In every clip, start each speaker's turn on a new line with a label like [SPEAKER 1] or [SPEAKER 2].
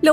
[SPEAKER 1] Lo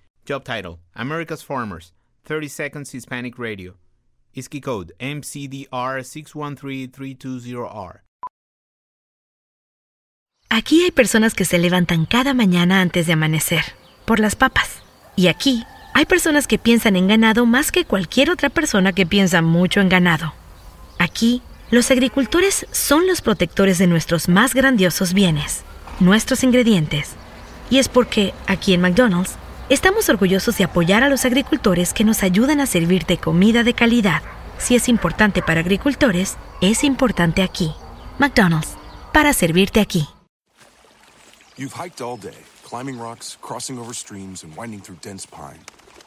[SPEAKER 2] Job title America's Farmers, 30 Seconds Hispanic Radio. ISKI code MCDR613320R.
[SPEAKER 3] Aquí hay personas que se levantan cada mañana antes de amanecer, por las papas. Y aquí hay personas que piensan en ganado más que cualquier otra persona que piensa mucho en ganado. Aquí, los agricultores son los protectores de nuestros más grandiosos bienes, nuestros ingredientes. Y es porque, aquí en McDonald's, estamos orgullosos de apoyar a los agricultores que nos ayudan a servirte comida de calidad. Si es importante para agricultores, es importante aquí. McDonald's, para servirte aquí.
[SPEAKER 4] You've hiked all day, climbing rocks, crossing over streams, and winding through dense pine.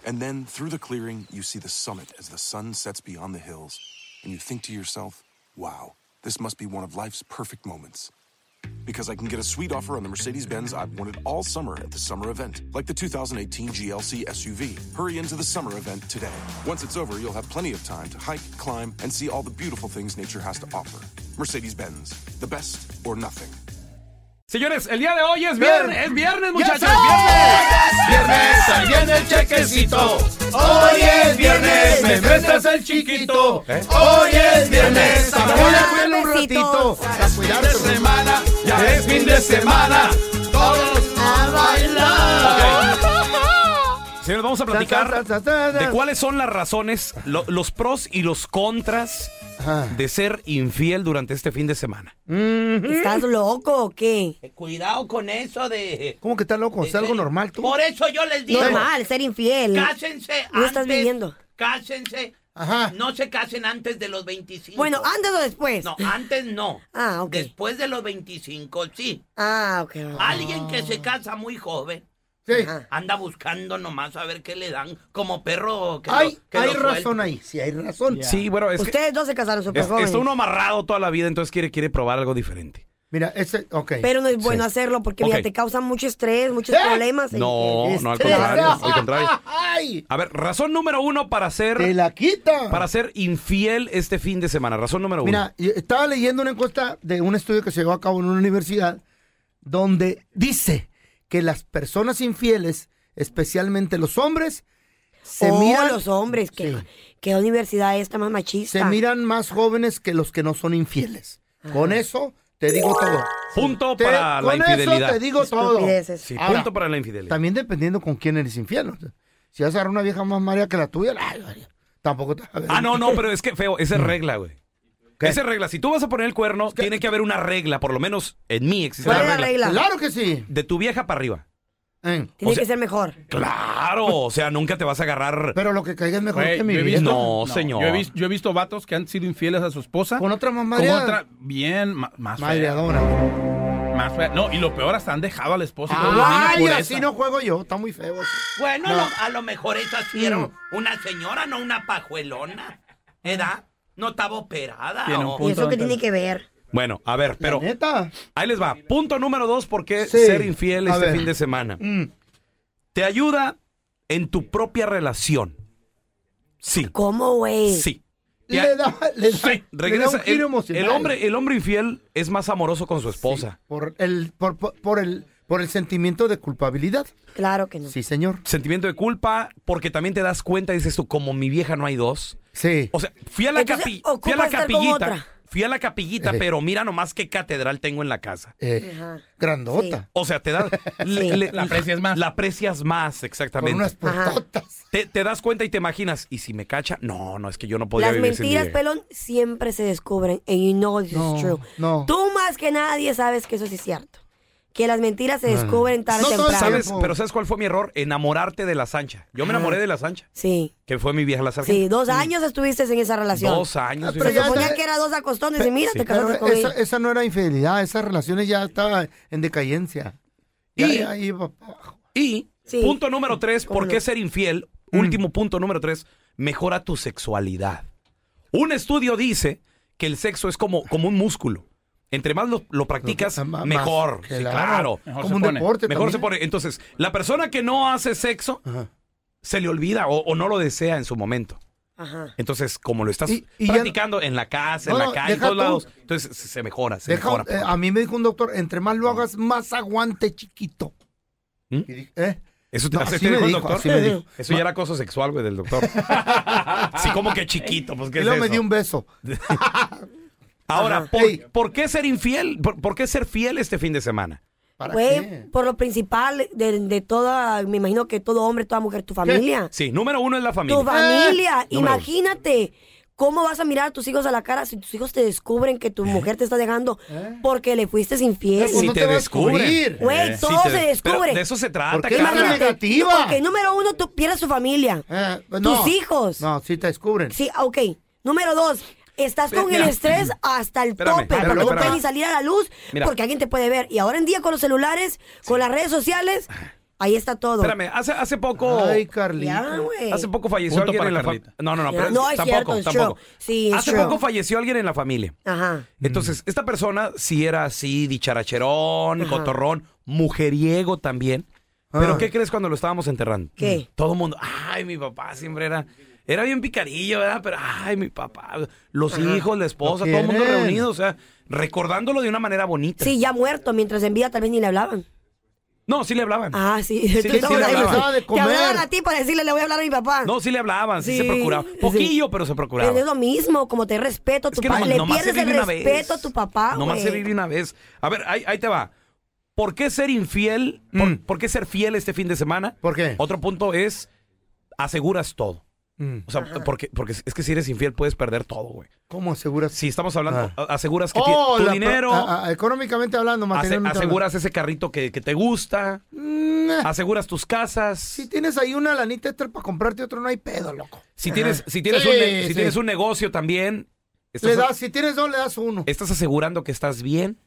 [SPEAKER 4] And then, through the clearing, you see the summit as the sun sets beyond the hills. And you think to yourself, wow, this must be one of life's perfect moments. Because I can get a sweet offer on the Mercedes Benz I've wanted all summer at the summer event, like the 2018 GLC SUV. Hurry into the summer event today. Once it's over, you'll have plenty of time to hike, climb, and see all the beautiful things nature has to offer. Mercedes Benz, the best or nothing.
[SPEAKER 5] Señores, el día de hoy es viernes, es viernes, muchachos.
[SPEAKER 6] Viernes, ahí viene el chequecito. Hoy es viernes, me prestas el chiquito. Hoy es viernes, acabó la escuela un ratito. Ya de semana, ya es fin de semana. Todos a bailar.
[SPEAKER 5] Señores, vamos a platicar de cuáles son las razones, lo- los pros y los contras de ser infiel durante este fin de semana.
[SPEAKER 7] ¿Estás loco o qué?
[SPEAKER 8] Cuidado con eso de.
[SPEAKER 6] ¿Cómo que estás loco? ¿Es algo normal tú?
[SPEAKER 8] Por eso yo les digo,
[SPEAKER 7] Normal, ser infiel.
[SPEAKER 8] cásense
[SPEAKER 7] No estás
[SPEAKER 8] antes,
[SPEAKER 7] viviendo.
[SPEAKER 8] Cásense.
[SPEAKER 6] Ajá.
[SPEAKER 8] No se casen antes de los 25.
[SPEAKER 7] Bueno, antes o después.
[SPEAKER 8] No, antes no.
[SPEAKER 7] Ah, ok.
[SPEAKER 8] Después de los 25, sí.
[SPEAKER 7] Ah, ok.
[SPEAKER 8] Alguien que se casa muy joven
[SPEAKER 6] Sí.
[SPEAKER 8] anda buscando nomás a ver qué le dan como perro que lo-
[SPEAKER 6] Hay,
[SPEAKER 8] que
[SPEAKER 6] hay
[SPEAKER 8] lo
[SPEAKER 6] razón ahí, sí, hay razón.
[SPEAKER 5] Sí, bueno, es que
[SPEAKER 7] Ustedes dos se casaron súper
[SPEAKER 5] es-
[SPEAKER 7] jóvenes.
[SPEAKER 5] está uno amarrado toda la vida, entonces quiere, quiere probar algo diferente.
[SPEAKER 6] Mira, este, ok.
[SPEAKER 7] Pero no es bueno hacerlo porque mira,
[SPEAKER 5] Ok.
[SPEAKER 7] te causa mucho estrés,
[SPEAKER 6] ¿Eh?
[SPEAKER 7] muchos problemas.
[SPEAKER 5] No, no, al
[SPEAKER 6] Este,
[SPEAKER 5] contrario,
[SPEAKER 6] ah,
[SPEAKER 5] al contrario.
[SPEAKER 6] ¡Ay!
[SPEAKER 5] A ver, razón número uno para
[SPEAKER 6] ¡Te
[SPEAKER 5] ser,
[SPEAKER 6] la quita!
[SPEAKER 5] para ser infiel este fin de semana. Razón número uno.
[SPEAKER 6] Mira, yo estaba leyendo una encuesta de un estudio que se llevó a cabo en una universidad donde dice que las personas infieles, especialmente los hombres, se
[SPEAKER 7] Se
[SPEAKER 6] miran
[SPEAKER 7] los hombres. Que,
[SPEAKER 6] Sí.
[SPEAKER 7] que universidad esta más machista. Ah.
[SPEAKER 6] se miran más jóvenes que los que no son infieles. Con eso te digo todo.
[SPEAKER 5] punto
[SPEAKER 6] Te-
[SPEAKER 5] para la
[SPEAKER 6] con eso
[SPEAKER 5] infidelidad.
[SPEAKER 6] te digo todo.
[SPEAKER 7] Estupideces.
[SPEAKER 5] Sí,
[SPEAKER 6] Ahora,
[SPEAKER 5] punto para la infidelidad.
[SPEAKER 6] También dependiendo con quién eres infiel. o sea, si vas a agarrar una vieja más maría que la tuya, ay, ay, tampoco te a ver.
[SPEAKER 5] Ah, no, no, pero es que feo, esa es regla, güey.
[SPEAKER 6] Mm. ¿Qué?
[SPEAKER 5] Esa es regla. Si tú vas a poner el cuerno, tiene que haber una regla, por lo menos en mí existe
[SPEAKER 7] ¿Cuál
[SPEAKER 5] una
[SPEAKER 7] es la
[SPEAKER 5] regla.
[SPEAKER 7] regla?
[SPEAKER 6] Claro que sí.
[SPEAKER 5] De tu vieja para arriba.
[SPEAKER 6] Eh,
[SPEAKER 7] Tiene
[SPEAKER 5] o sea-
[SPEAKER 7] que ser mejor.
[SPEAKER 5] Claro, o sea, nunca te vas a agarrar.
[SPEAKER 6] Pero lo que caiga es mejor
[SPEAKER 9] Güey,
[SPEAKER 6] que mi
[SPEAKER 9] yo he
[SPEAKER 6] vieja.
[SPEAKER 9] visto-
[SPEAKER 5] No, señor.
[SPEAKER 9] Yo he, visto, yo he visto vatos que han sido infieles a su esposa.
[SPEAKER 6] Con otra mamá.
[SPEAKER 9] Con otra bien ma- más fea,
[SPEAKER 6] Madreadora.
[SPEAKER 9] más fea. No, y lo peor, hasta han dejado a la esposa y todos los niños
[SPEAKER 6] Ay,
[SPEAKER 9] por
[SPEAKER 6] así
[SPEAKER 9] esa.
[SPEAKER 6] no juego yo. Está muy feo. eso.
[SPEAKER 8] Bueno,
[SPEAKER 6] No.
[SPEAKER 8] a lo- a lo mejor esa sí era
[SPEAKER 6] Mm.
[SPEAKER 8] una señora, no una pajuelona. ¿Edad? No estaba operada.
[SPEAKER 9] Tiene un
[SPEAKER 8] o-
[SPEAKER 7] ¿Y eso qué
[SPEAKER 9] entonces.
[SPEAKER 7] tiene que ver?
[SPEAKER 5] Bueno, a ver, pero
[SPEAKER 6] La neta.
[SPEAKER 5] ahí les va. Punto número dos, ¿por qué
[SPEAKER 6] Sí.
[SPEAKER 5] ser infiel
[SPEAKER 6] A
[SPEAKER 5] este
[SPEAKER 6] ver. Mm.
[SPEAKER 5] fin de semana? Te ayuda en tu propia relación. Sí,
[SPEAKER 7] ¿Cómo, güey?
[SPEAKER 5] sí. Te a-
[SPEAKER 6] Le da, le da,
[SPEAKER 5] sí,
[SPEAKER 6] le da
[SPEAKER 5] regresa.
[SPEAKER 6] un giro
[SPEAKER 5] el,
[SPEAKER 6] emocional.
[SPEAKER 5] el hombre, el hombre infiel es más amoroso con su esposa.
[SPEAKER 6] Por el, por, por- por el, por el sentimiento de culpabilidad.
[SPEAKER 7] Claro que no.
[SPEAKER 6] Sí, señor.
[SPEAKER 5] Sentimiento de culpa, porque también te das cuenta, dices tú, como mi vieja no hay dos.
[SPEAKER 6] Sí.
[SPEAKER 5] O sea, fui a la,
[SPEAKER 7] Entonces,
[SPEAKER 5] capi-
[SPEAKER 7] ocupa
[SPEAKER 5] fui a la
[SPEAKER 7] estar con
[SPEAKER 5] capillita.
[SPEAKER 7] otra.
[SPEAKER 5] Fui a la capillita,
[SPEAKER 6] Eh.
[SPEAKER 5] pero mira nomás qué catedral tengo en la casa.
[SPEAKER 6] Eh, grandota.
[SPEAKER 5] O sea, te da. le- le- la aprecias más. La aprecias más, exactamente.
[SPEAKER 6] Con unas portotas.
[SPEAKER 5] te, te das cuenta y te imaginas, y si me cacha, no, no, es que yo no podía
[SPEAKER 7] Las
[SPEAKER 5] vivir sin
[SPEAKER 7] mentiras,
[SPEAKER 5] Diego.
[SPEAKER 7] pelón, siempre se descubren. And you know this
[SPEAKER 6] No,
[SPEAKER 7] is true.
[SPEAKER 6] no.
[SPEAKER 7] Tú más que nadie sabes que eso sí es cierto. Que las mentiras se
[SPEAKER 6] No.
[SPEAKER 7] descubren tarde o
[SPEAKER 6] Ah. No Ah. todos
[SPEAKER 7] temprano.
[SPEAKER 5] ¿Sabes?
[SPEAKER 6] tiempo.
[SPEAKER 5] Ah. Pero ¿sabes cuál fue mi error? Enamorarte de la Sancha. Yo me enamoré de la Sancha,
[SPEAKER 7] Sí,
[SPEAKER 5] que fue mi vieja la Sancha.
[SPEAKER 7] sí. Dos años estuviste en esa relación.
[SPEAKER 5] Mm. Dos años.
[SPEAKER 6] Ah,
[SPEAKER 5] fíjate.
[SPEAKER 6] pero
[SPEAKER 7] Se
[SPEAKER 6] ya
[SPEAKER 7] suponía
[SPEAKER 6] está-
[SPEAKER 7] que era dos acostones y mira, te
[SPEAKER 6] Pero
[SPEAKER 7] casaste con
[SPEAKER 6] esa,
[SPEAKER 7] él.
[SPEAKER 6] esa no era infidelidad, esas relaciones ya estaban en decadencia. Ya,
[SPEAKER 5] Y-
[SPEAKER 6] ya iba pa' abajo.
[SPEAKER 5] Y
[SPEAKER 7] Sí.
[SPEAKER 5] punto número tres,
[SPEAKER 7] ¿Cómo
[SPEAKER 5] ¿por
[SPEAKER 7] no?
[SPEAKER 5] qué ser infiel?
[SPEAKER 6] Mm.
[SPEAKER 5] Último punto número tres, mejora tu sexualidad. Un estudio dice que el sexo es como, como un músculo. Entre más lo, lo practicas,
[SPEAKER 6] Ah, más-
[SPEAKER 5] mejor.
[SPEAKER 6] más,
[SPEAKER 5] Sí, claro.
[SPEAKER 9] Mejor
[SPEAKER 6] Como
[SPEAKER 9] se
[SPEAKER 6] un
[SPEAKER 9] pone.
[SPEAKER 6] deporte.
[SPEAKER 5] Mejor se
[SPEAKER 6] también. ¿eh?
[SPEAKER 5] pone. Entonces, la persona que no hace sexo
[SPEAKER 6] Ajá.
[SPEAKER 5] se le olvida o, o no lo desea en su momento.
[SPEAKER 7] Ajá.
[SPEAKER 5] Entonces, como lo estás
[SPEAKER 6] Y- y ya-
[SPEAKER 5] practicando en la casa,
[SPEAKER 6] No,
[SPEAKER 5] en
[SPEAKER 6] no,
[SPEAKER 5] la calle, en
[SPEAKER 6] deja
[SPEAKER 5] todos
[SPEAKER 6] tú.
[SPEAKER 5] lados, entonces se se mejora, se
[SPEAKER 6] Deja-
[SPEAKER 5] mejora.
[SPEAKER 6] eh, a mí me dijo un doctor, entre más lo hagas, más aguante, chiquito.
[SPEAKER 5] ¿Mm?
[SPEAKER 6] Y dije, ¿eh?
[SPEAKER 5] Eso te
[SPEAKER 6] No,
[SPEAKER 5] así
[SPEAKER 6] así
[SPEAKER 5] te
[SPEAKER 6] me
[SPEAKER 5] dijo el
[SPEAKER 6] dijo,
[SPEAKER 5] doctor.
[SPEAKER 6] así me dijo.
[SPEAKER 5] Eso ya era acoso sexual, güey, del doctor. sí, como que chiquito, pues
[SPEAKER 6] Y
[SPEAKER 5] qué es
[SPEAKER 6] luego me
[SPEAKER 5] eso?
[SPEAKER 6] dio un beso.
[SPEAKER 5] Ahora,
[SPEAKER 6] Ajá.
[SPEAKER 5] ¿por,
[SPEAKER 6] Ey.
[SPEAKER 5] por qué ser infiel? ¿Por, por qué ser fiel este fin de semana?
[SPEAKER 6] ¿Para
[SPEAKER 7] Fue
[SPEAKER 6] qué?
[SPEAKER 7] por lo principal de, de toda, me imagino que todo hombre, toda mujer, tu familia.
[SPEAKER 5] Sí, número uno es la familia. Ah,
[SPEAKER 7] Tu familia,
[SPEAKER 6] Ah,
[SPEAKER 5] número uno.
[SPEAKER 7] imagínate. ¿Cómo vas a mirar a tus hijos a la cara si tus hijos te descubren que tu mujer te está dejando porque le fuiste infiel?
[SPEAKER 6] ¿Eh? Pues
[SPEAKER 5] Si
[SPEAKER 6] no
[SPEAKER 5] te
[SPEAKER 6] te va a
[SPEAKER 5] descubren.
[SPEAKER 6] descubrir.
[SPEAKER 7] Güey,
[SPEAKER 5] Si
[SPEAKER 7] todo
[SPEAKER 5] te-
[SPEAKER 7] se descubre.
[SPEAKER 5] pero de eso se trata,
[SPEAKER 6] ¿Por qué
[SPEAKER 5] Carla.
[SPEAKER 6] la negativa?
[SPEAKER 7] Ok, número uno, tú pierdes tu familia.
[SPEAKER 6] Eh,
[SPEAKER 7] tus
[SPEAKER 6] no.
[SPEAKER 7] hijos.
[SPEAKER 6] No, sí te descubren.
[SPEAKER 7] Sí, ok. Número dos, estás con el estrés hasta el
[SPEAKER 5] Espérame,
[SPEAKER 7] tope.
[SPEAKER 5] espérame,
[SPEAKER 7] no
[SPEAKER 5] espérame.
[SPEAKER 7] puedes ni salir a la luz
[SPEAKER 5] Mira.
[SPEAKER 7] porque alguien te puede ver. Y ahora en día con los celulares, con las redes sociales, ahí está todo.
[SPEAKER 5] Espérame, hace, hace poco.
[SPEAKER 6] Ay, Carlita.
[SPEAKER 7] Ya, güey.
[SPEAKER 5] Hace poco falleció
[SPEAKER 9] Punto
[SPEAKER 5] alguien
[SPEAKER 9] para
[SPEAKER 5] en la familia.
[SPEAKER 9] Carlita.
[SPEAKER 5] No, no, no,
[SPEAKER 7] Ya.
[SPEAKER 5] pero
[SPEAKER 7] No, es
[SPEAKER 5] tampoco,
[SPEAKER 7] cierto, es
[SPEAKER 5] tampoco.
[SPEAKER 7] true. Sí, es Mm.
[SPEAKER 5] Hace
[SPEAKER 7] true.
[SPEAKER 5] poco falleció alguien en la familia.
[SPEAKER 7] Ajá.
[SPEAKER 5] Entonces, esta persona sí era así, dicharacherón, cotorrón, mujeriego también. Pero,
[SPEAKER 6] Ah.
[SPEAKER 5] ¿qué crees cuando lo estábamos enterrando?
[SPEAKER 7] ¿Qué?
[SPEAKER 8] Mm.
[SPEAKER 5] Todo el mundo, ay, mi papá siempre era, era bien picarillo, ¿verdad? Pero, ay, mi papá, los hijos, la esposa,
[SPEAKER 6] Lo
[SPEAKER 5] todo el mundo
[SPEAKER 6] quieren.
[SPEAKER 5] reunido, o sea, recordándolo de una manera bonita.
[SPEAKER 7] Sí, ya muerto, mientras en vida tal vez ni le hablaban.
[SPEAKER 5] No, sí le hablaban.
[SPEAKER 7] Ah, sí.
[SPEAKER 5] sí,
[SPEAKER 7] Tú
[SPEAKER 5] le
[SPEAKER 7] estabas ahí.
[SPEAKER 5] hablaban.
[SPEAKER 6] de
[SPEAKER 7] Te
[SPEAKER 6] comer.
[SPEAKER 7] hablaban a ti para decirle, le voy a hablar a mi papá.
[SPEAKER 5] No, sí le hablaban, sí, se
[SPEAKER 7] Sí,
[SPEAKER 5] procuraba.
[SPEAKER 7] sí.
[SPEAKER 5] Poquillo, pero se procuraba.
[SPEAKER 7] Pero es lo mismo, como te respeto a tu
[SPEAKER 5] Es que
[SPEAKER 7] papá.
[SPEAKER 5] nomás-
[SPEAKER 7] Le
[SPEAKER 5] nomás se
[SPEAKER 7] pierdes el
[SPEAKER 5] vive una vez.
[SPEAKER 7] respeto a tu papá,
[SPEAKER 5] Nomás se
[SPEAKER 7] güey.
[SPEAKER 5] vive una vez. A ver, ahí, ahí te va. ¿Por qué ser infiel? Por, por qué ser fiel este fin de semana?
[SPEAKER 6] Mm. ¿Por qué?
[SPEAKER 5] Otro punto es, aseguras todo.
[SPEAKER 6] Mm.
[SPEAKER 5] O sea, porque, porque es que si eres infiel puedes perder todo, güey.
[SPEAKER 6] ¿Cómo aseguras?
[SPEAKER 5] Si estamos hablando,
[SPEAKER 6] Ah.
[SPEAKER 5] a- aseguras que ti-
[SPEAKER 6] Oh,
[SPEAKER 5] tu
[SPEAKER 6] la-
[SPEAKER 5] dinero,
[SPEAKER 6] a- a- económicamente hablando,
[SPEAKER 5] ase-
[SPEAKER 6] materialmente
[SPEAKER 5] aseguras ese carrito que, que te gusta,
[SPEAKER 6] hablando. Mm,
[SPEAKER 5] aseguras tus casas.
[SPEAKER 6] Si tienes ahí una lanita extra para comprarte otro, no hay pedo, loco.
[SPEAKER 5] Si tienes, si tienes,
[SPEAKER 6] Sí,
[SPEAKER 5] un, ne- si
[SPEAKER 6] sí.
[SPEAKER 5] tienes un negocio también,
[SPEAKER 6] Le
[SPEAKER 5] estás,
[SPEAKER 6] das, si tienes dos, le das uno.
[SPEAKER 5] estás asegurando que estás bien.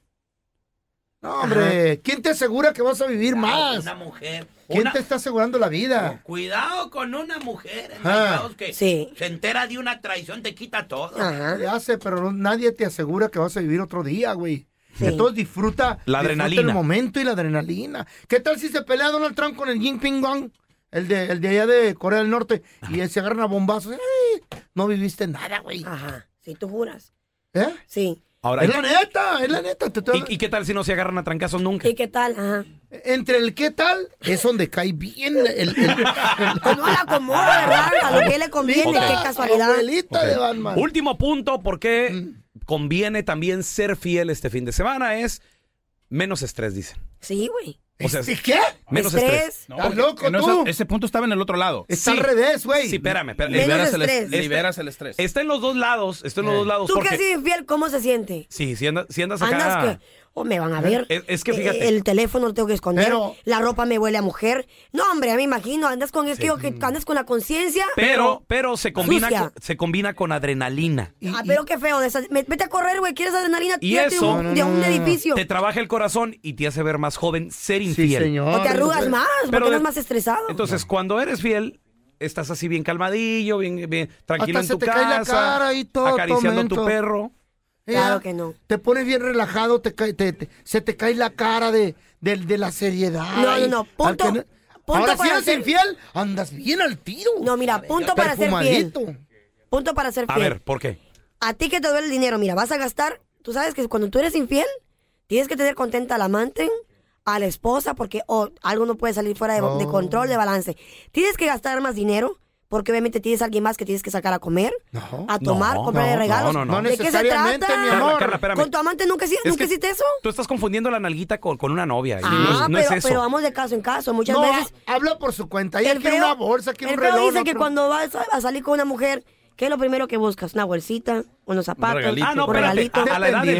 [SPEAKER 6] No, hombre, ¿quién te asegura que vas a vivir más?
[SPEAKER 8] Una mujer.
[SPEAKER 6] ¿Quién
[SPEAKER 8] una-
[SPEAKER 6] te está asegurando la vida?
[SPEAKER 8] Cuidado con una mujer, en
[SPEAKER 6] Ah.
[SPEAKER 8] mercados que
[SPEAKER 7] Sí.
[SPEAKER 8] se entera de una traición, te quita todo.
[SPEAKER 7] Ajá.
[SPEAKER 6] Le hace, pero no- nadie te asegura que vas a vivir otro día, güey.
[SPEAKER 7] Sí.
[SPEAKER 6] Entonces disfruta,
[SPEAKER 5] La
[SPEAKER 6] disfruta
[SPEAKER 5] adrenalina.
[SPEAKER 6] el momento y la adrenalina. ¿Qué tal si se pelea Donald Trump con el Jin Ping Wang, el de, el de allá de Corea del Norte, y él se agarran a bombazos? ¡Ay! No viviste nada, güey.
[SPEAKER 7] Ajá. Sí, tú juras.
[SPEAKER 6] ¿Eh?
[SPEAKER 7] Sí.
[SPEAKER 5] Ahora,
[SPEAKER 6] Es la neta, es la neta. te estoy-
[SPEAKER 5] ¿y, y qué tal si no se agarran a trancazos nunca?
[SPEAKER 7] ¿Y qué tal? Ajá.
[SPEAKER 6] Entre el qué tal es donde cae bien el, el- el-
[SPEAKER 7] Pues no la acomoda, ¿verdad? A lo que le conviene,
[SPEAKER 5] Ok.
[SPEAKER 7] qué
[SPEAKER 6] la
[SPEAKER 7] casualidad.
[SPEAKER 6] abuelita de
[SPEAKER 5] Ok.
[SPEAKER 6] Batman. Mm.
[SPEAKER 5] Último punto, ¿por qué conviene también ser fiel este fin de semana? Es menos estrés, dicen.
[SPEAKER 7] Sí, güey.
[SPEAKER 5] O sea,
[SPEAKER 6] ¿Y qué?
[SPEAKER 5] menos
[SPEAKER 7] Estrés.
[SPEAKER 5] estrés.
[SPEAKER 9] No,
[SPEAKER 6] ¿Estás
[SPEAKER 9] porque-
[SPEAKER 6] loco
[SPEAKER 9] no,
[SPEAKER 6] tú?
[SPEAKER 9] esa- Ese punto estaba en el otro lado.
[SPEAKER 6] Está
[SPEAKER 5] Sí.
[SPEAKER 6] al revés, güey.
[SPEAKER 5] Sí, espérame, espérame.
[SPEAKER 7] Menos
[SPEAKER 9] Liberas el,
[SPEAKER 7] estrés.
[SPEAKER 9] est- liberas el estrés.
[SPEAKER 5] Está en los dos lados, está en los
[SPEAKER 6] Eh.
[SPEAKER 5] dos lados.
[SPEAKER 7] ¿Tú que
[SPEAKER 5] porque-
[SPEAKER 7] has sido infiel? ¿Cómo se siente?
[SPEAKER 5] Sí, si, anda- si andas acá.
[SPEAKER 7] Andas que... O me van a ver.
[SPEAKER 5] Es- es que
[SPEAKER 7] Eh,
[SPEAKER 5] fíjate.
[SPEAKER 7] El teléfono lo tengo que esconder.
[SPEAKER 6] Pero-
[SPEAKER 7] La ropa me huele a mujer. No, hombre, me imagino. Andas con es que yo que andas con la conciencia.
[SPEAKER 5] Pero, pero se combina,
[SPEAKER 7] Sucia.
[SPEAKER 5] con, se combina con adrenalina.
[SPEAKER 7] Ah, pero qué feo. de esa- me- Vete a correr, güey. ¿Quieres adrenalina?
[SPEAKER 5] Y
[SPEAKER 7] Tírate
[SPEAKER 5] eso-
[SPEAKER 7] un- de un edificio.
[SPEAKER 5] Te trabaja el corazón y te hace ver más joven ser infiel.
[SPEAKER 6] Sí, señor.
[SPEAKER 7] O te arrugas más,
[SPEAKER 5] Pero
[SPEAKER 7] porque
[SPEAKER 5] de-
[SPEAKER 7] eres más estresado.
[SPEAKER 5] Entonces, cuando eres fiel, estás así bien calmadillo, bien, bien tranquilo en
[SPEAKER 6] Hasta se
[SPEAKER 5] tu
[SPEAKER 6] te
[SPEAKER 5] casa,
[SPEAKER 6] cae la cara y todo,
[SPEAKER 5] acariciando a tu
[SPEAKER 6] tormento.
[SPEAKER 5] perro.
[SPEAKER 6] Eh,
[SPEAKER 7] Claro que no.
[SPEAKER 6] Te pones bien relajado, te cae- te- te- se te cae la cara de, de, de la seriedad.
[SPEAKER 7] No, no, no,
[SPEAKER 6] Al
[SPEAKER 7] punto-
[SPEAKER 6] que
[SPEAKER 7] punto
[SPEAKER 6] Ahora si
[SPEAKER 7] para
[SPEAKER 6] eres
[SPEAKER 7] ser-
[SPEAKER 6] infiel, andas bien al tiro.
[SPEAKER 7] No, mira, punto para ser fiel.
[SPEAKER 6] Perfumadito.
[SPEAKER 7] Punto para ser
[SPEAKER 5] A
[SPEAKER 7] fiel.
[SPEAKER 5] ver, ¿por qué?
[SPEAKER 7] A ti que te duele el dinero, mira, vas a gastar. Tú sabes que cuando tú eres infiel, tienes que tener contenta al amante, a la esposa, porque oh, algo no puede salir fuera de, de
[SPEAKER 6] Oh.
[SPEAKER 7] control, de balance. Tienes que gastar más dinero porque obviamente tienes a alguien más que tienes que sacar a comer, a tomar,
[SPEAKER 5] No,
[SPEAKER 7] comprarle
[SPEAKER 5] no,
[SPEAKER 7] regalos.
[SPEAKER 5] no, no, no. No
[SPEAKER 7] ¿De qué se
[SPEAKER 5] necesariamente,
[SPEAKER 7] trata?
[SPEAKER 5] mi amor. Carla, Carla, espérame.
[SPEAKER 7] ¿Con tu amante nunca, hici-
[SPEAKER 5] Es
[SPEAKER 7] nunca
[SPEAKER 5] que-
[SPEAKER 7] hiciste eso?
[SPEAKER 5] Tú estás confundiendo la nalguita con, con una novia. y
[SPEAKER 7] Ah,
[SPEAKER 5] no, es- no
[SPEAKER 7] pero,
[SPEAKER 5] es eso.
[SPEAKER 7] pero vamos de caso en caso. Muchas
[SPEAKER 6] No,
[SPEAKER 7] veces.
[SPEAKER 6] habla por su cuenta. Ella
[SPEAKER 7] El
[SPEAKER 6] quiere
[SPEAKER 7] feo-
[SPEAKER 6] una bolsa, quiere
[SPEAKER 7] el
[SPEAKER 6] un
[SPEAKER 7] feo
[SPEAKER 6] reloj.
[SPEAKER 7] dice que
[SPEAKER 6] otro-
[SPEAKER 7] cuando vas a, a salir con una mujer, ¿qué es lo primero que buscas? Una bolsita, unos zapatos, un
[SPEAKER 5] Ah, no, espérate.
[SPEAKER 7] regalito.
[SPEAKER 5] A, a la edad del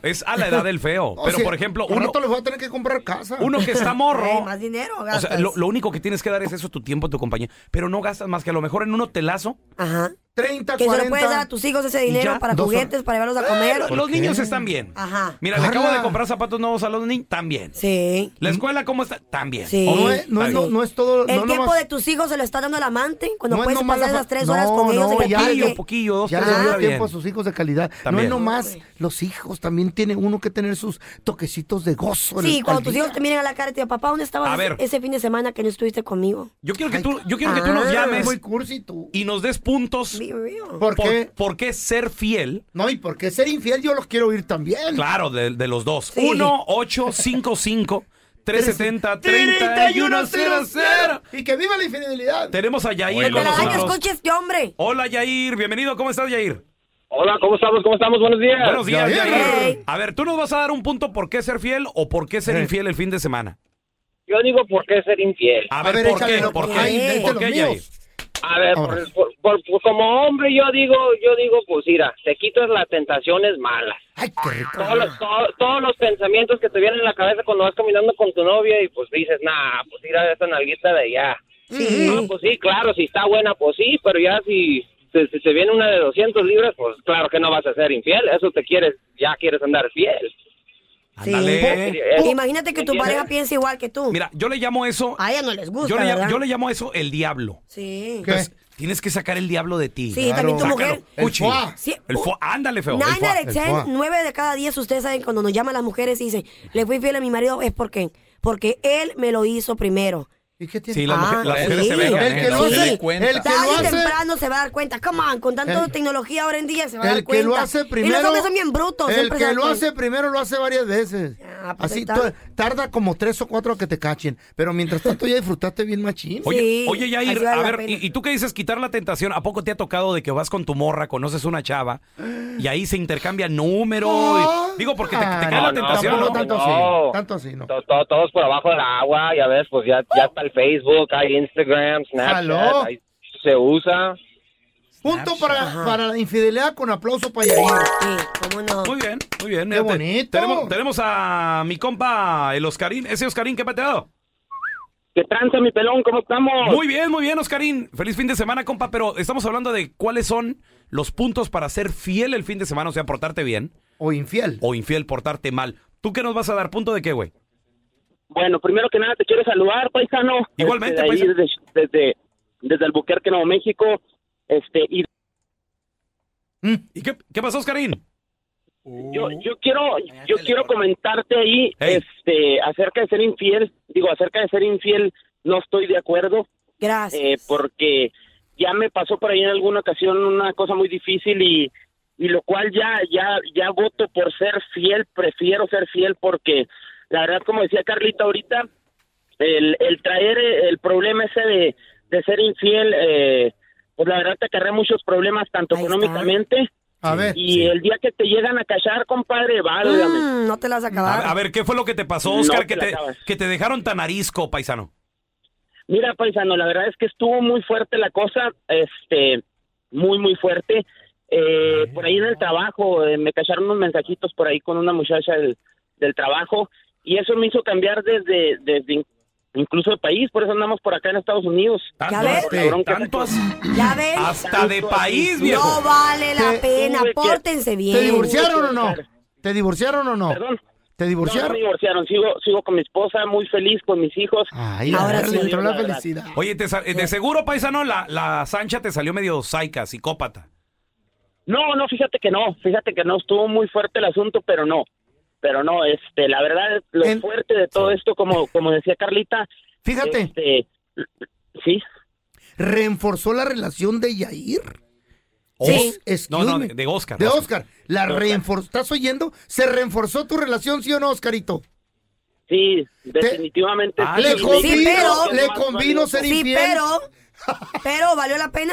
[SPEAKER 5] feo. Es a la edad del feo.
[SPEAKER 6] O
[SPEAKER 5] Pero,
[SPEAKER 6] sea,
[SPEAKER 5] por ejemplo,
[SPEAKER 6] al
[SPEAKER 5] uno,
[SPEAKER 6] rato les voy a tener que comprar casa.
[SPEAKER 5] uno que está morro.
[SPEAKER 7] Güey, más dinero
[SPEAKER 5] O
[SPEAKER 7] gastas.
[SPEAKER 5] sea, lo, lo único que tienes que dar es eso, tu tiempo, tu compañía. Pero no gastas más que a lo mejor en un hotelazo.
[SPEAKER 7] Ajá.
[SPEAKER 6] 30,
[SPEAKER 7] Que se lo
[SPEAKER 6] 40.
[SPEAKER 7] puedes dar a tus hijos ese
[SPEAKER 5] ¿Y
[SPEAKER 7] dinero
[SPEAKER 5] ya?
[SPEAKER 7] para
[SPEAKER 6] Dos
[SPEAKER 7] juguetes, para llevarlos a comer.
[SPEAKER 5] Los niños están bien.
[SPEAKER 7] Ajá.
[SPEAKER 5] Mira, le acabo
[SPEAKER 6] Carla.
[SPEAKER 5] de comprar zapatos nuevos a los niños. También.
[SPEAKER 7] Sí.
[SPEAKER 5] La escuela, ¿cómo está? También.
[SPEAKER 7] Sí.
[SPEAKER 6] No es, no, es, no, no es todo.
[SPEAKER 7] El
[SPEAKER 6] no
[SPEAKER 7] tiempo
[SPEAKER 6] nomás-
[SPEAKER 7] de tus hijos se lo está dando el amante cuando
[SPEAKER 6] No es
[SPEAKER 7] puedes
[SPEAKER 6] nomás
[SPEAKER 7] pasar
[SPEAKER 6] la fa-
[SPEAKER 7] esas tres horas
[SPEAKER 6] No,
[SPEAKER 7] con ellos.
[SPEAKER 6] no,
[SPEAKER 7] en el
[SPEAKER 6] ya,
[SPEAKER 7] parque.
[SPEAKER 5] Poquillo, poquillo, dos,
[SPEAKER 6] Ya
[SPEAKER 5] tres
[SPEAKER 6] le
[SPEAKER 5] está
[SPEAKER 6] dio
[SPEAKER 5] bien.
[SPEAKER 6] tiempo a sus hijos de calidad.
[SPEAKER 5] También.
[SPEAKER 6] No es nomás los hijos, también tiene uno que tener sus toquecitos de gozo. en
[SPEAKER 7] Sí,
[SPEAKER 6] el-
[SPEAKER 7] cuando
[SPEAKER 6] al
[SPEAKER 7] tus
[SPEAKER 6] día.
[SPEAKER 7] hijos te miren a la cara y te digan, papá, ¿dónde estabas
[SPEAKER 5] A
[SPEAKER 7] ese-
[SPEAKER 5] ver.
[SPEAKER 7] ese fin de semana que no estuviste conmigo?
[SPEAKER 5] Yo quiero que
[SPEAKER 6] Ay,
[SPEAKER 5] tú, yo quiero que tú
[SPEAKER 7] ah,
[SPEAKER 5] nos
[SPEAKER 6] Es
[SPEAKER 5] llames
[SPEAKER 6] muy cursi tú.
[SPEAKER 5] y nos des puntos.
[SPEAKER 7] Be real.
[SPEAKER 6] ¿Por
[SPEAKER 5] por-
[SPEAKER 6] qué?
[SPEAKER 5] por qué ser fiel
[SPEAKER 6] No, y por qué ser infiel yo los quiero oír también.
[SPEAKER 5] Claro, de, de los dos.
[SPEAKER 7] Sí.
[SPEAKER 5] 1-855-370-3100. 3100
[SPEAKER 6] Y que viva la infidelidad.
[SPEAKER 5] Tenemos a Yair
[SPEAKER 7] Que
[SPEAKER 5] con
[SPEAKER 7] te la dañes,
[SPEAKER 5] nosotros.
[SPEAKER 7] coche este hombre.
[SPEAKER 5] Hola, Yair. Bienvenido. ¿Cómo estás, Yair?
[SPEAKER 10] Hola, ¿cómo estamos? ¿Cómo estamos? Buenos días.
[SPEAKER 5] Buenos días,
[SPEAKER 6] Yair.
[SPEAKER 5] Yair.
[SPEAKER 7] Hey.
[SPEAKER 5] A ver, ¿tú nos vas a dar un punto por qué ser fiel o por qué ser infiel el fin de semana?
[SPEAKER 10] Yo digo por qué ser infiel.
[SPEAKER 5] A ver, ¿por qué?
[SPEAKER 6] échalo,
[SPEAKER 5] ¿Por
[SPEAKER 6] porque ahí,
[SPEAKER 5] qué?
[SPEAKER 6] de
[SPEAKER 5] ¿Por
[SPEAKER 6] los
[SPEAKER 5] qué,
[SPEAKER 6] míos.
[SPEAKER 5] Yair?
[SPEAKER 10] A ver, pues,
[SPEAKER 6] Ahora.
[SPEAKER 10] por- por- por- por- como hombre yo digo, yo digo, pues mira, te quitas las tentaciones malas.
[SPEAKER 6] Ay, qué rico.
[SPEAKER 10] Todos los, to- todos los pensamientos que te vienen en la cabeza cuando vas caminando con tu novia y pues dices, nah, pues mira esa nalguita de allá. Ah,
[SPEAKER 7] Sí.
[SPEAKER 10] pues sí, claro, si está buena, pues sí, pero ya si, si, si te viene una de 200 libras, pues claro que no vas a ser infiel. Eso te quieres, ya quieres andar fiel.
[SPEAKER 7] Sí.
[SPEAKER 5] Ándale.
[SPEAKER 10] Eh,
[SPEAKER 7] Imagínate que tu
[SPEAKER 10] ¿Entiendes?
[SPEAKER 7] pareja piensa igual que tú.
[SPEAKER 5] Mira, yo le llamo eso.
[SPEAKER 7] A ella no les gusta,
[SPEAKER 5] Yo le, llamo,
[SPEAKER 7] ¿verdad?
[SPEAKER 5] yo le llamo eso el diablo.
[SPEAKER 7] Sí.
[SPEAKER 6] ¿Qué?
[SPEAKER 5] Entonces, tienes que sacar el diablo de ti.
[SPEAKER 7] Sí, también tu
[SPEAKER 5] Sácalo.
[SPEAKER 7] mujer.
[SPEAKER 6] El
[SPEAKER 5] Cuchi.
[SPEAKER 6] fuá.
[SPEAKER 7] Sí.
[SPEAKER 5] El fuá. Ándale, feo. el
[SPEAKER 7] Nine
[SPEAKER 5] fuá.
[SPEAKER 7] out of ten,
[SPEAKER 6] fuá.
[SPEAKER 7] nueve de cada diez, ustedes saben, cuando nos llaman las mujeres y dicen, le fui fiel a mi marido, es porque, porque él me lo hizo primero.
[SPEAKER 6] ¿Y qué tiene?
[SPEAKER 5] Sí, las
[SPEAKER 7] Ah,
[SPEAKER 5] mujeres- las mujeres se
[SPEAKER 7] sí.
[SPEAKER 5] vengan.
[SPEAKER 6] El
[SPEAKER 5] ¿eh?
[SPEAKER 6] que
[SPEAKER 5] No
[SPEAKER 6] lo
[SPEAKER 5] se
[SPEAKER 6] hace,
[SPEAKER 5] den cuenta.
[SPEAKER 6] el que
[SPEAKER 7] Tarde
[SPEAKER 6] lo
[SPEAKER 7] o
[SPEAKER 6] hace-
[SPEAKER 7] temprano se va a dar cuenta. Come on, con tanta
[SPEAKER 6] El-
[SPEAKER 7] tecnología ahora en día se va a dar
[SPEAKER 6] el que
[SPEAKER 7] cuenta.
[SPEAKER 6] lo hace primero.
[SPEAKER 7] Y los hombres son bien brutos.
[SPEAKER 6] El
[SPEAKER 7] siempre se
[SPEAKER 6] que
[SPEAKER 7] dan
[SPEAKER 6] lo
[SPEAKER 7] cuenta.
[SPEAKER 6] hace primero lo hace varias veces.
[SPEAKER 7] Ah, pues ahí
[SPEAKER 6] Así
[SPEAKER 7] está.
[SPEAKER 6] to- tarda como tres o cuatro a que te cachen. Pero mientras tanto ya disfrutaste bien machín.
[SPEAKER 5] Oye,
[SPEAKER 7] Sí,
[SPEAKER 5] oye Yair,
[SPEAKER 7] así vale
[SPEAKER 5] a
[SPEAKER 7] la
[SPEAKER 5] ver,
[SPEAKER 7] pena.
[SPEAKER 5] ¿y, y tú qué dices quitar la tentación? ¿A poco te ha tocado de que vas con tu morra, conoces una chava y ahí se intercambia número? y- digo, porque te, te
[SPEAKER 6] Ah,
[SPEAKER 5] cae la
[SPEAKER 10] no, pues,
[SPEAKER 5] tentación,
[SPEAKER 6] tampoco
[SPEAKER 5] ¿no?
[SPEAKER 6] tanto
[SPEAKER 10] No.
[SPEAKER 6] así. Tanto así, no.
[SPEAKER 10] To- to- todos por abajo del agua, ya ves, pues ya, ya está el Facebook, hay Instagram, Snapchat,
[SPEAKER 6] Aló.
[SPEAKER 10] ahí se usa.
[SPEAKER 6] Punto para, para la infidelidad con aplauso para Yair.
[SPEAKER 7] Sí, pues, cómo no.
[SPEAKER 5] Muy bien, muy bien.
[SPEAKER 6] Qué
[SPEAKER 5] Te-
[SPEAKER 6] bonito.
[SPEAKER 5] Tenemos, tenemos a mi compa, el Oscarín. Ese Oscarín, ¿qué pateado?
[SPEAKER 10] ¿Qué tranza, mi pelón? ¿Cómo estamos?
[SPEAKER 5] Muy bien, muy bien, Oscarín. Feliz fin de semana, compa. Pero estamos hablando de cuáles son los puntos para ser fiel el fin de semana, o sea, portarte bien
[SPEAKER 6] O infiel.
[SPEAKER 5] o infiel, portarte mal. ¿Tú qué nos vas a dar? ¿Punto de qué, güey?
[SPEAKER 10] Bueno, primero que nada te quiero saludar, paisano.
[SPEAKER 5] Igualmente,
[SPEAKER 10] Este, de ahí,
[SPEAKER 5] paisano.
[SPEAKER 10] Desde, desde, desde Albuquerque, Nuevo México. Este, y
[SPEAKER 5] Mm, ¿Y qué, qué pasó, Oscarín?
[SPEAKER 10] yo, yo quiero, yo quiero comentarte ahí,
[SPEAKER 5] Hey.
[SPEAKER 10] este, acerca de ser infiel. Digo, acerca de ser infiel, no estoy de acuerdo.
[SPEAKER 7] Gracias.
[SPEAKER 10] eh, porque ya me pasó por ahí en alguna ocasión una cosa muy difícil y, y lo cual ya, ya, ya voto por ser fiel, prefiero ser fiel porque la verdad, como decía Carlita ahorita, el, el traer eh, el problema ese de, de ser infiel, eh, pues la verdad te acarrea muchos problemas, tanto
[SPEAKER 7] Ahí está.
[SPEAKER 10] económicamente
[SPEAKER 6] A ver.
[SPEAKER 10] y el día que te llegan a callar, compadre, válgame.
[SPEAKER 7] Mm, no te las
[SPEAKER 6] Ah.
[SPEAKER 5] A
[SPEAKER 7] acabas.
[SPEAKER 5] ver, a ver, ¿qué fue lo que te pasó,
[SPEAKER 10] No
[SPEAKER 5] Oscar,
[SPEAKER 10] te
[SPEAKER 5] que,
[SPEAKER 10] la
[SPEAKER 5] te,
[SPEAKER 10] acabas.
[SPEAKER 5] que te dejaron tan arisco, paisano?
[SPEAKER 10] Mira, paisano, la verdad es que estuvo muy fuerte la cosa, este, muy, muy fuerte. Eh, por ahí en el trabajo, eh, me cacharon unos mensajitos por ahí con una muchacha del, del trabajo y eso me hizo cambiar desde, desde in- incluso el país, por eso andamos por acá en Estados Unidos.
[SPEAKER 5] Tanto,
[SPEAKER 7] ves?
[SPEAKER 5] hasta-
[SPEAKER 10] Por la bronca
[SPEAKER 5] tanto
[SPEAKER 10] que-
[SPEAKER 5] hasta-
[SPEAKER 7] ¿Ya ven?
[SPEAKER 5] hasta de país, viejo.
[SPEAKER 7] No vale la
[SPEAKER 6] Te-
[SPEAKER 7] pena.
[SPEAKER 10] tuve que-
[SPEAKER 7] Pórtense bien.
[SPEAKER 6] ¿Te divorciaron o no? ¿Te divorciaron o no?
[SPEAKER 10] Perdón. No, no
[SPEAKER 6] ¿Te
[SPEAKER 10] me
[SPEAKER 6] divorciaron?
[SPEAKER 10] divorciaron, sigo, sigo con mi esposa, muy feliz con mis hijos.
[SPEAKER 6] Ay,
[SPEAKER 7] Ahora
[SPEAKER 6] ahora
[SPEAKER 7] sí.
[SPEAKER 6] sí entró la
[SPEAKER 10] La verdad.
[SPEAKER 6] felicidad.
[SPEAKER 5] Oye, te sa- eh, de seguro, paisano, la, la Sancha te salió medio saica, psicópata.
[SPEAKER 10] No, no, fíjate que no, fíjate que no, estuvo muy fuerte el asunto, pero no, pero no, este, la verdad, lo
[SPEAKER 6] En-
[SPEAKER 10] fuerte de todo esto, como, como decía Carlita,
[SPEAKER 6] Fíjate,
[SPEAKER 10] este, sí,
[SPEAKER 6] reforzó la relación de Yair.
[SPEAKER 7] Sí.
[SPEAKER 6] Excuse
[SPEAKER 5] No, Oh. no,
[SPEAKER 6] me.
[SPEAKER 5] de- de Oscar,
[SPEAKER 6] De
[SPEAKER 5] Oscar.
[SPEAKER 6] Oscar. La reenforzó. ¿Estás oyendo? ¿Se reenforzó tu relación, sí o no, Oscarito?
[SPEAKER 10] sí, definitivamente.
[SPEAKER 5] Ah,
[SPEAKER 10] sí,
[SPEAKER 6] Le
[SPEAKER 10] sí,
[SPEAKER 6] convino,
[SPEAKER 10] sí,
[SPEAKER 7] pero-
[SPEAKER 10] sí,
[SPEAKER 6] le
[SPEAKER 10] más
[SPEAKER 6] convino
[SPEAKER 10] valioso.
[SPEAKER 6] ser
[SPEAKER 7] Sí,
[SPEAKER 6] infiel.
[SPEAKER 7] pero- Pero, ¿valió la pena?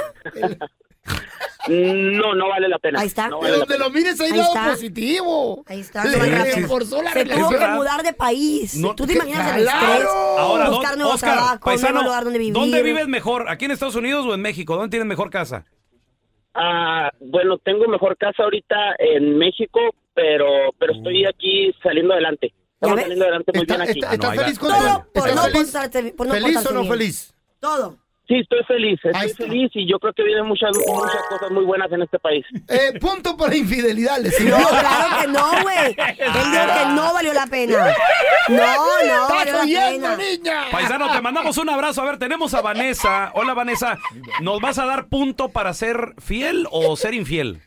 [SPEAKER 10] No, no vale la pena.
[SPEAKER 7] Ahí está.
[SPEAKER 10] No
[SPEAKER 7] De
[SPEAKER 10] vale la
[SPEAKER 7] donde
[SPEAKER 10] pena.
[SPEAKER 7] lo mires, ahí
[SPEAKER 10] Ahí
[SPEAKER 7] lado
[SPEAKER 10] está.
[SPEAKER 7] positivo. Ahí está.
[SPEAKER 10] Le
[SPEAKER 7] no vale la pena.
[SPEAKER 10] reforzó la
[SPEAKER 7] Se tuvo que
[SPEAKER 5] relación.
[SPEAKER 7] mudar de país.
[SPEAKER 5] No,
[SPEAKER 7] ¿Tú te
[SPEAKER 5] que-
[SPEAKER 7] imaginas el
[SPEAKER 5] claro.
[SPEAKER 7] estrés?
[SPEAKER 5] Ahora,
[SPEAKER 7] buscar
[SPEAKER 5] don-
[SPEAKER 7] nuevos
[SPEAKER 5] Oscar,
[SPEAKER 7] trabajos,
[SPEAKER 5] paisano,
[SPEAKER 7] nuevo lugar donde vivir.
[SPEAKER 5] ¿Dónde vives mejor? ¿Aquí en Estados Unidos o en México? ¿Dónde tienes mejor casa?
[SPEAKER 10] Ah, bueno, tengo mejor casa ahorita en México, pero pero estoy aquí saliendo adelante. Estamos saliendo adelante muy bien aquí.
[SPEAKER 7] Mm. está Ah, no, ahí va. feliz con Todo tu- por ¿estás no feliz? portarte- por no ¿Feliz portarse o no bien. feliz? Todo.
[SPEAKER 10] Sí, estoy feliz, estoy feliz y yo creo que vienen muchas muchas cosas muy buenas en este país.
[SPEAKER 6] Eh, punto para infidelidad, le sirvió.
[SPEAKER 7] No, claro que no, güey. Él dijo que no valió la pena. No, no, valió la pena.
[SPEAKER 5] Paisano, te mandamos un abrazo. A ver, tenemos a Vanessa. Hola, Vanessa. ¿Nos vas a dar punto para ser fiel o ser infiel?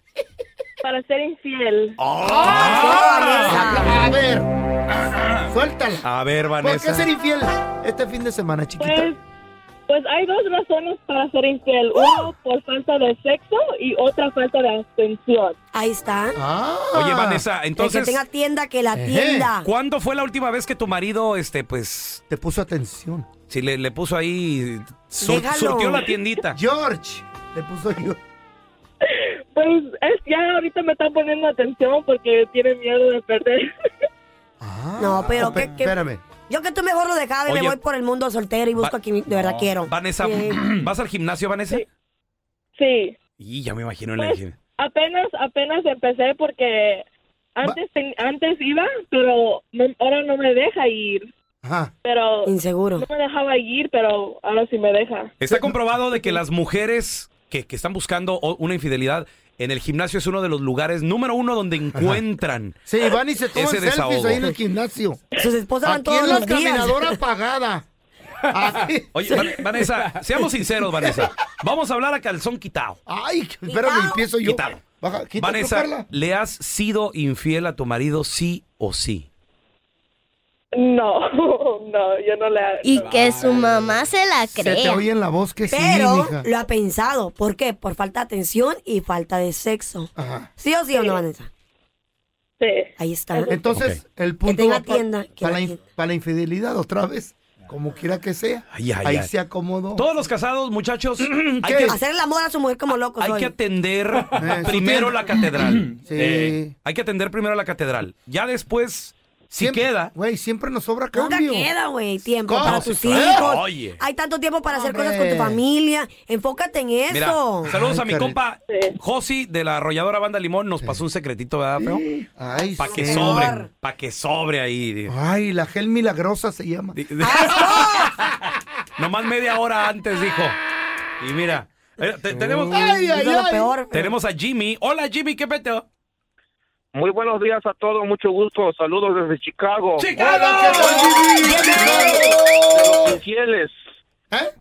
[SPEAKER 11] Para ser infiel.
[SPEAKER 6] Ah,
[SPEAKER 7] Ah,
[SPEAKER 6] A ver, suéltala.
[SPEAKER 5] A ver,
[SPEAKER 6] ¿Por
[SPEAKER 5] Vanessa.
[SPEAKER 6] qué ser infiel este fin de semana, chiquita?
[SPEAKER 11] Pues, pues hay dos razones para ser infiel.
[SPEAKER 6] ¡Oh!
[SPEAKER 11] Uno por falta de sexo y otra falta de atención.
[SPEAKER 7] Ahí está.
[SPEAKER 5] Oye, Vanessa, entonces-
[SPEAKER 7] El que tenga tienda, que la
[SPEAKER 5] Ejé.
[SPEAKER 7] tienda.
[SPEAKER 5] ¿Cuándo fue la última vez que tu marido, este, pues...
[SPEAKER 6] Te puso atención.
[SPEAKER 5] Sí, le, le puso ahí... sur-
[SPEAKER 11] Déjalo.
[SPEAKER 5] surtió la tiendita.
[SPEAKER 6] George, le puso yo.
[SPEAKER 11] Pues es, ya ahorita me están poniendo atención porque tiene miedo de perder.
[SPEAKER 7] No, pero que, que-
[SPEAKER 6] Oh, Espérame.
[SPEAKER 7] Yo que tú mejor lo dejaba y
[SPEAKER 5] Oye,
[SPEAKER 7] me voy por el mundo soltero y busco
[SPEAKER 5] Va-
[SPEAKER 7] a quien de verdad
[SPEAKER 5] No.
[SPEAKER 7] quiero. Eh,
[SPEAKER 5] Vanessa,
[SPEAKER 7] Sí.
[SPEAKER 5] ¿vas al gimnasio, Vanessa?
[SPEAKER 11] Sí,
[SPEAKER 5] Y ya me imagino en la gim-
[SPEAKER 11] apenas, apenas empecé porque antes, ten- antes iba, pero no- ahora no me deja ir. Pero
[SPEAKER 7] Inseguro.
[SPEAKER 11] No me dejaba ir, pero ahora sí me deja.
[SPEAKER 5] Está comprobado de que las mujeres que, que están buscando o- una infidelidad en el gimnasio es uno de los lugares número uno donde encuentran
[SPEAKER 6] Sí, van y se toman
[SPEAKER 5] ese
[SPEAKER 6] selfies
[SPEAKER 5] desahogo.
[SPEAKER 6] ahí en el gimnasio.
[SPEAKER 7] Sus esposas
[SPEAKER 6] van
[SPEAKER 7] Pues todos
[SPEAKER 6] la
[SPEAKER 7] los días.
[SPEAKER 6] caminadora apagada. Aquí-
[SPEAKER 5] Oye, Van- Vanessa, seamos sinceros, Vanessa. Vamos a hablar a calzón quitado.
[SPEAKER 6] Ay, espérame, empiezo yo.
[SPEAKER 5] Quitado.
[SPEAKER 6] Baja, quita tú,
[SPEAKER 5] Vanessa,
[SPEAKER 6] Carla.
[SPEAKER 5] ¿le has sido infiel a tu marido sí o sí?
[SPEAKER 11] No, no, yo no le
[SPEAKER 12] Y que su mamá se la
[SPEAKER 6] Se te
[SPEAKER 12] crea.
[SPEAKER 6] oye en la voz que sí,
[SPEAKER 7] Pero
[SPEAKER 6] mija.
[SPEAKER 7] lo ha pensado. ¿Por qué? Por falta de atención y falta de sexo. ¿Sí o sí, o no, Vanessa?
[SPEAKER 11] Sí.
[SPEAKER 7] Ahí está.
[SPEAKER 6] Entonces, el punto
[SPEAKER 7] tenga
[SPEAKER 6] va pa-
[SPEAKER 7] tienda, que
[SPEAKER 6] para,
[SPEAKER 7] la
[SPEAKER 6] la in- para la infidelidad otra vez, como quiera que sea.
[SPEAKER 5] Ay, ay,
[SPEAKER 6] ahí
[SPEAKER 5] ay.
[SPEAKER 6] se acomodó.
[SPEAKER 5] Todos los casados, muchachos, hay
[SPEAKER 7] ¿Qué?
[SPEAKER 5] que,
[SPEAKER 7] Hacer el amor a su mujer como loco.
[SPEAKER 5] hay
[SPEAKER 7] soy.
[SPEAKER 5] que atender primero la catedral.
[SPEAKER 6] Sí.
[SPEAKER 5] Eh, hay que atender primero la catedral. Ya después, si queda...
[SPEAKER 6] Güey, siempre nos sobra
[SPEAKER 7] Nunca
[SPEAKER 6] cambio.
[SPEAKER 7] queda, güey, tiempo
[SPEAKER 6] ¿Cómo?
[SPEAKER 7] para tus
[SPEAKER 5] ¿Eh?
[SPEAKER 7] hijos.
[SPEAKER 5] Oye.
[SPEAKER 7] Hay tanto tiempo para hacer cosas con
[SPEAKER 6] Hombre.
[SPEAKER 7] tu familia. Enfócate en
[SPEAKER 5] Mira,
[SPEAKER 7] eso.
[SPEAKER 5] saludos a mi compa Josi de la arrolladora Banda Limón. Nos pasó un secretito, ¿verdad, feo?
[SPEAKER 6] Ay,
[SPEAKER 5] Para que
[SPEAKER 6] señor.
[SPEAKER 5] sobre, para que sobre ahí.
[SPEAKER 6] Ay, la gel milagrosa se llama.
[SPEAKER 7] Ah.
[SPEAKER 5] Nomás media hora antes, dijo. Y mira, eh, te- tenemos,
[SPEAKER 6] Ay, ay, Eso es lo ay. peor.
[SPEAKER 5] tenemos a Jimmy. Hola, Jimmy, ¿qué peteo?
[SPEAKER 13] Muy buenos días a todos, mucho gusto. Saludos desde Chicago. Infieles.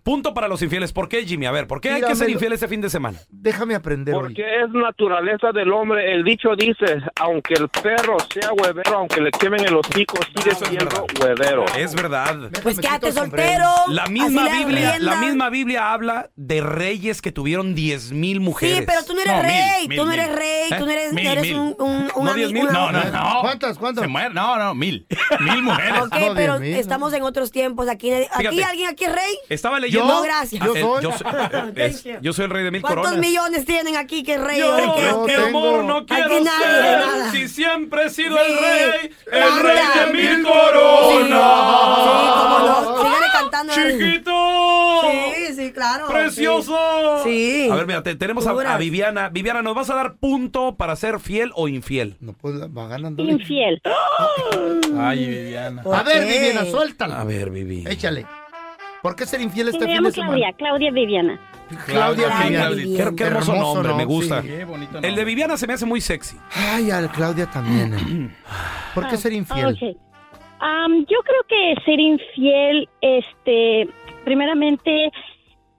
[SPEAKER 5] Punto para los infieles. ¿Por qué, Jimmy? A ver, ¿por qué hay que
[SPEAKER 13] Tíramelo.
[SPEAKER 5] ser infiel este fin de semana?
[SPEAKER 6] Déjame aprender. hoy.
[SPEAKER 13] Porque es naturaleza del hombre. El dicho dice, aunque el perro sea huevero, aunque le quemen el hocico, sigue siendo huevero.
[SPEAKER 5] Es verdad.
[SPEAKER 7] Pues quédate soltero.
[SPEAKER 5] La
[SPEAKER 7] así
[SPEAKER 5] misma
[SPEAKER 7] le das
[SPEAKER 5] Biblia,
[SPEAKER 7] rienda.
[SPEAKER 5] la misma Biblia habla de reyes que tuvieron 10 mil mujeres.
[SPEAKER 7] Sí, pero tú no eres rey, tú no eres rey, tú no eres, eres un, un, un
[SPEAKER 5] ¿Eh? No, diez
[SPEAKER 7] amigo.
[SPEAKER 5] mil,
[SPEAKER 9] No,
[SPEAKER 7] una-
[SPEAKER 9] no, no.
[SPEAKER 6] ¿Cuántas? ¿Cuántas?
[SPEAKER 9] Se muere. No, no, mil. Mil mujeres.
[SPEAKER 7] Ok, pero estamos en otros tiempos. Aquí, aquí
[SPEAKER 5] Fíjate.
[SPEAKER 7] alguien aquí es rey.
[SPEAKER 5] Estaba leyendo.
[SPEAKER 7] No, gracias.
[SPEAKER 5] Ah, el- Yo soy, eh, es- yo soy el rey de mil
[SPEAKER 7] ¿Cuántos
[SPEAKER 5] coronas.
[SPEAKER 7] millones tienen aquí que es rey?
[SPEAKER 5] Yo,
[SPEAKER 7] Aquí-
[SPEAKER 5] no
[SPEAKER 7] aquí-
[SPEAKER 5] quiero amor, no quiero
[SPEAKER 7] aquí nadie,
[SPEAKER 5] ser.
[SPEAKER 7] nada.
[SPEAKER 5] Si siempre he sido
[SPEAKER 7] Sí.
[SPEAKER 5] el rey, el
[SPEAKER 7] Anda.
[SPEAKER 5] rey de mil
[SPEAKER 7] Sí, cómo
[SPEAKER 5] coronas.
[SPEAKER 7] no. Síganle cantando.
[SPEAKER 5] ¡Chiquito!
[SPEAKER 7] Sí, sí, claro.
[SPEAKER 5] ¡Precioso!
[SPEAKER 7] Sí.
[SPEAKER 5] A ver, mira, te- tenemos a,
[SPEAKER 7] Dura.
[SPEAKER 5] a Viviana. Viviana, ¿nos vas a dar punto para ser fiel o infiel?
[SPEAKER 6] No, pues va ganando.
[SPEAKER 11] Infiel.
[SPEAKER 6] Este
[SPEAKER 5] Ay, Viviana.
[SPEAKER 6] A ver, Viviana, suéltala.
[SPEAKER 5] A ver, Vivi.
[SPEAKER 6] Échale. ¿Por qué ser infiel este
[SPEAKER 14] me
[SPEAKER 6] fin de
[SPEAKER 14] llamo
[SPEAKER 6] semana?
[SPEAKER 14] Claudia, Claudia Viviana.
[SPEAKER 6] Claudia,
[SPEAKER 5] Claudia,
[SPEAKER 6] Viviana.
[SPEAKER 5] Claudita. Qué, qué hermoso, nombre, me gusta.
[SPEAKER 6] Sí.
[SPEAKER 5] El de Viviana se me hace muy sexy.
[SPEAKER 6] Ay, al Claudia también. eh. ¿Por qué ser infiel?
[SPEAKER 14] Ah, Ok. Am, yo creo que ser infiel, este, primeramente,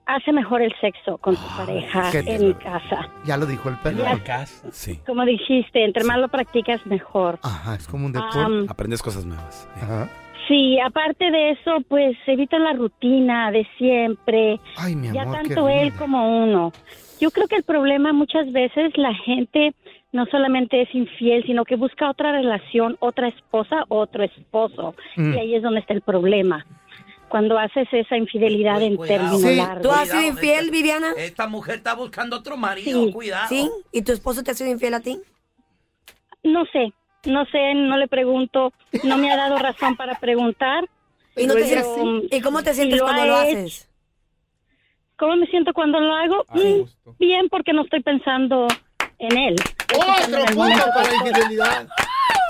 [SPEAKER 14] hace mejor el sexo con tu pareja
[SPEAKER 6] qué
[SPEAKER 14] en
[SPEAKER 6] lindo.
[SPEAKER 14] casa.
[SPEAKER 6] Ya lo dijo el perro.
[SPEAKER 14] En
[SPEAKER 5] casa. Sí.
[SPEAKER 14] Como dijiste, entre más lo practicas, mejor.
[SPEAKER 6] Ajá, es como un
[SPEAKER 7] Ah.
[SPEAKER 14] Am.
[SPEAKER 6] deporte.
[SPEAKER 5] Aprendes cosas nuevas.
[SPEAKER 6] Ajá.
[SPEAKER 14] Sí, aparte de eso, pues evita la rutina de siempre.
[SPEAKER 6] Ay, mi
[SPEAKER 14] ya
[SPEAKER 6] amor, qué
[SPEAKER 14] tanto él
[SPEAKER 6] linda.
[SPEAKER 14] como uno. Yo creo que el problema muchas veces la gente no solamente es infiel, sino que busca otra relación, otra esposa, otro esposo.
[SPEAKER 15] Mm.
[SPEAKER 14] Y ahí es donde está el problema. cuando haces esa infidelidad en términos largos.
[SPEAKER 7] ¿Tú has sido infiel, Viviana?
[SPEAKER 8] Esta mujer está buscando otro marido, cuidado.
[SPEAKER 7] ¿Sí? ¿Y tu esposo te ha sido infiel a ti?
[SPEAKER 14] No sé, no sé, no le pregunto, no me ha dado razón para preguntar.
[SPEAKER 7] ¿Y, no te
[SPEAKER 14] pero,
[SPEAKER 7] sientes- ¿y cómo te
[SPEAKER 14] si
[SPEAKER 7] sientes
[SPEAKER 14] lo
[SPEAKER 7] cuando
[SPEAKER 14] ha
[SPEAKER 7] lo
[SPEAKER 14] hecho-
[SPEAKER 7] haces?
[SPEAKER 14] ¿Cómo me siento cuando lo hago? Mm, bien, porque no estoy pensando en él.
[SPEAKER 6] Otro punto para la infidelidad.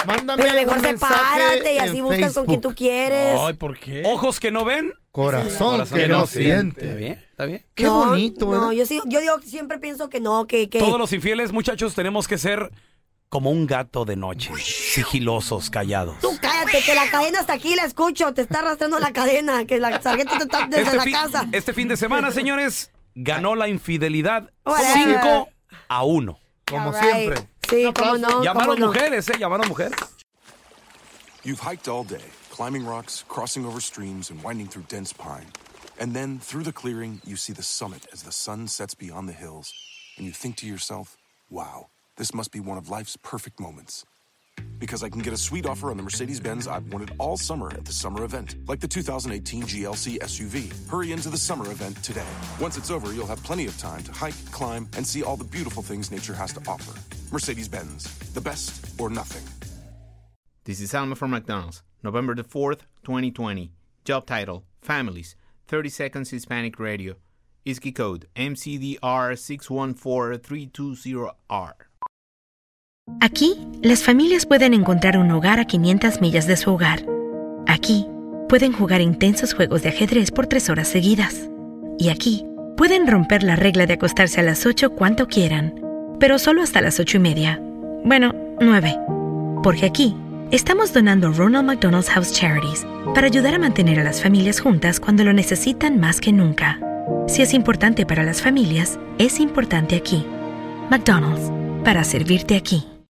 [SPEAKER 6] Mándame
[SPEAKER 7] Pero mejor
[SPEAKER 6] un mensaje
[SPEAKER 7] sepárate y así
[SPEAKER 6] en
[SPEAKER 7] buscas con quien tú quieres.
[SPEAKER 5] Ay, ¿por qué? Ojos que no ven.
[SPEAKER 6] Corazón que no siente.
[SPEAKER 5] Está bien, está bien.
[SPEAKER 7] No, No, yo, sí- yo digo, siempre pienso que no, que... que
[SPEAKER 5] Todos los infieles, muchachos, tenemos que ser como un gato de noche, sigilosos, callados.
[SPEAKER 7] Tú cállate, que la cadena está aquí, la escucho. Te está arrastrando la cadena, que la sargento te está desde
[SPEAKER 5] Este
[SPEAKER 7] la
[SPEAKER 5] fin-
[SPEAKER 7] casa.
[SPEAKER 5] Este fin de semana, señores, ganó la infidelidad
[SPEAKER 7] Whatever.
[SPEAKER 5] 5 a 1.
[SPEAKER 7] Como All right. siempre. Sí,
[SPEAKER 5] pues,
[SPEAKER 7] cómo no,
[SPEAKER 5] Llamaron
[SPEAKER 7] cómo no.
[SPEAKER 5] mujeres, ¿eh? Llamaron mujeres.
[SPEAKER 4] You've hiked all day, climbing rocks, crossing over streams, and winding through dense pine. And then, through the clearing, you see the summit as the sun sets beyond the hills. And you think to yourself, wow, this must be one of life's perfect moments. Because I can get a sweet offer on the Mercedes Benz I've wanted all summer at the summer event, like the 2018 GLC SUV. Hurry into the summer event today. Once it's over, you'll have plenty of time to hike, climb, and see all the beautiful things nature has to offer. Mercedes Benz, the best or nothing.
[SPEAKER 2] This is Alma from McDonald's, November the 4th, 2020. Job title Families, 30 Seconds Hispanic Radio. ISKI code MCDR614320R.
[SPEAKER 3] Aquí, las familias pueden encontrar un hogar a 500 millas de su hogar. Aquí, pueden jugar intensos juegos de ajedrez por tres horas seguidas. Y aquí, pueden romper la regla de acostarse a las 8 cuanto quieran, pero solo hasta las 8 y media. Bueno, 9. Porque aquí, estamos donando Ronald McDonald's House Charities para ayudar a mantener a las familias juntas cuando lo necesitan más que nunca. Si es importante para las familias, es importante aquí. McDonald's, para servirte aquí.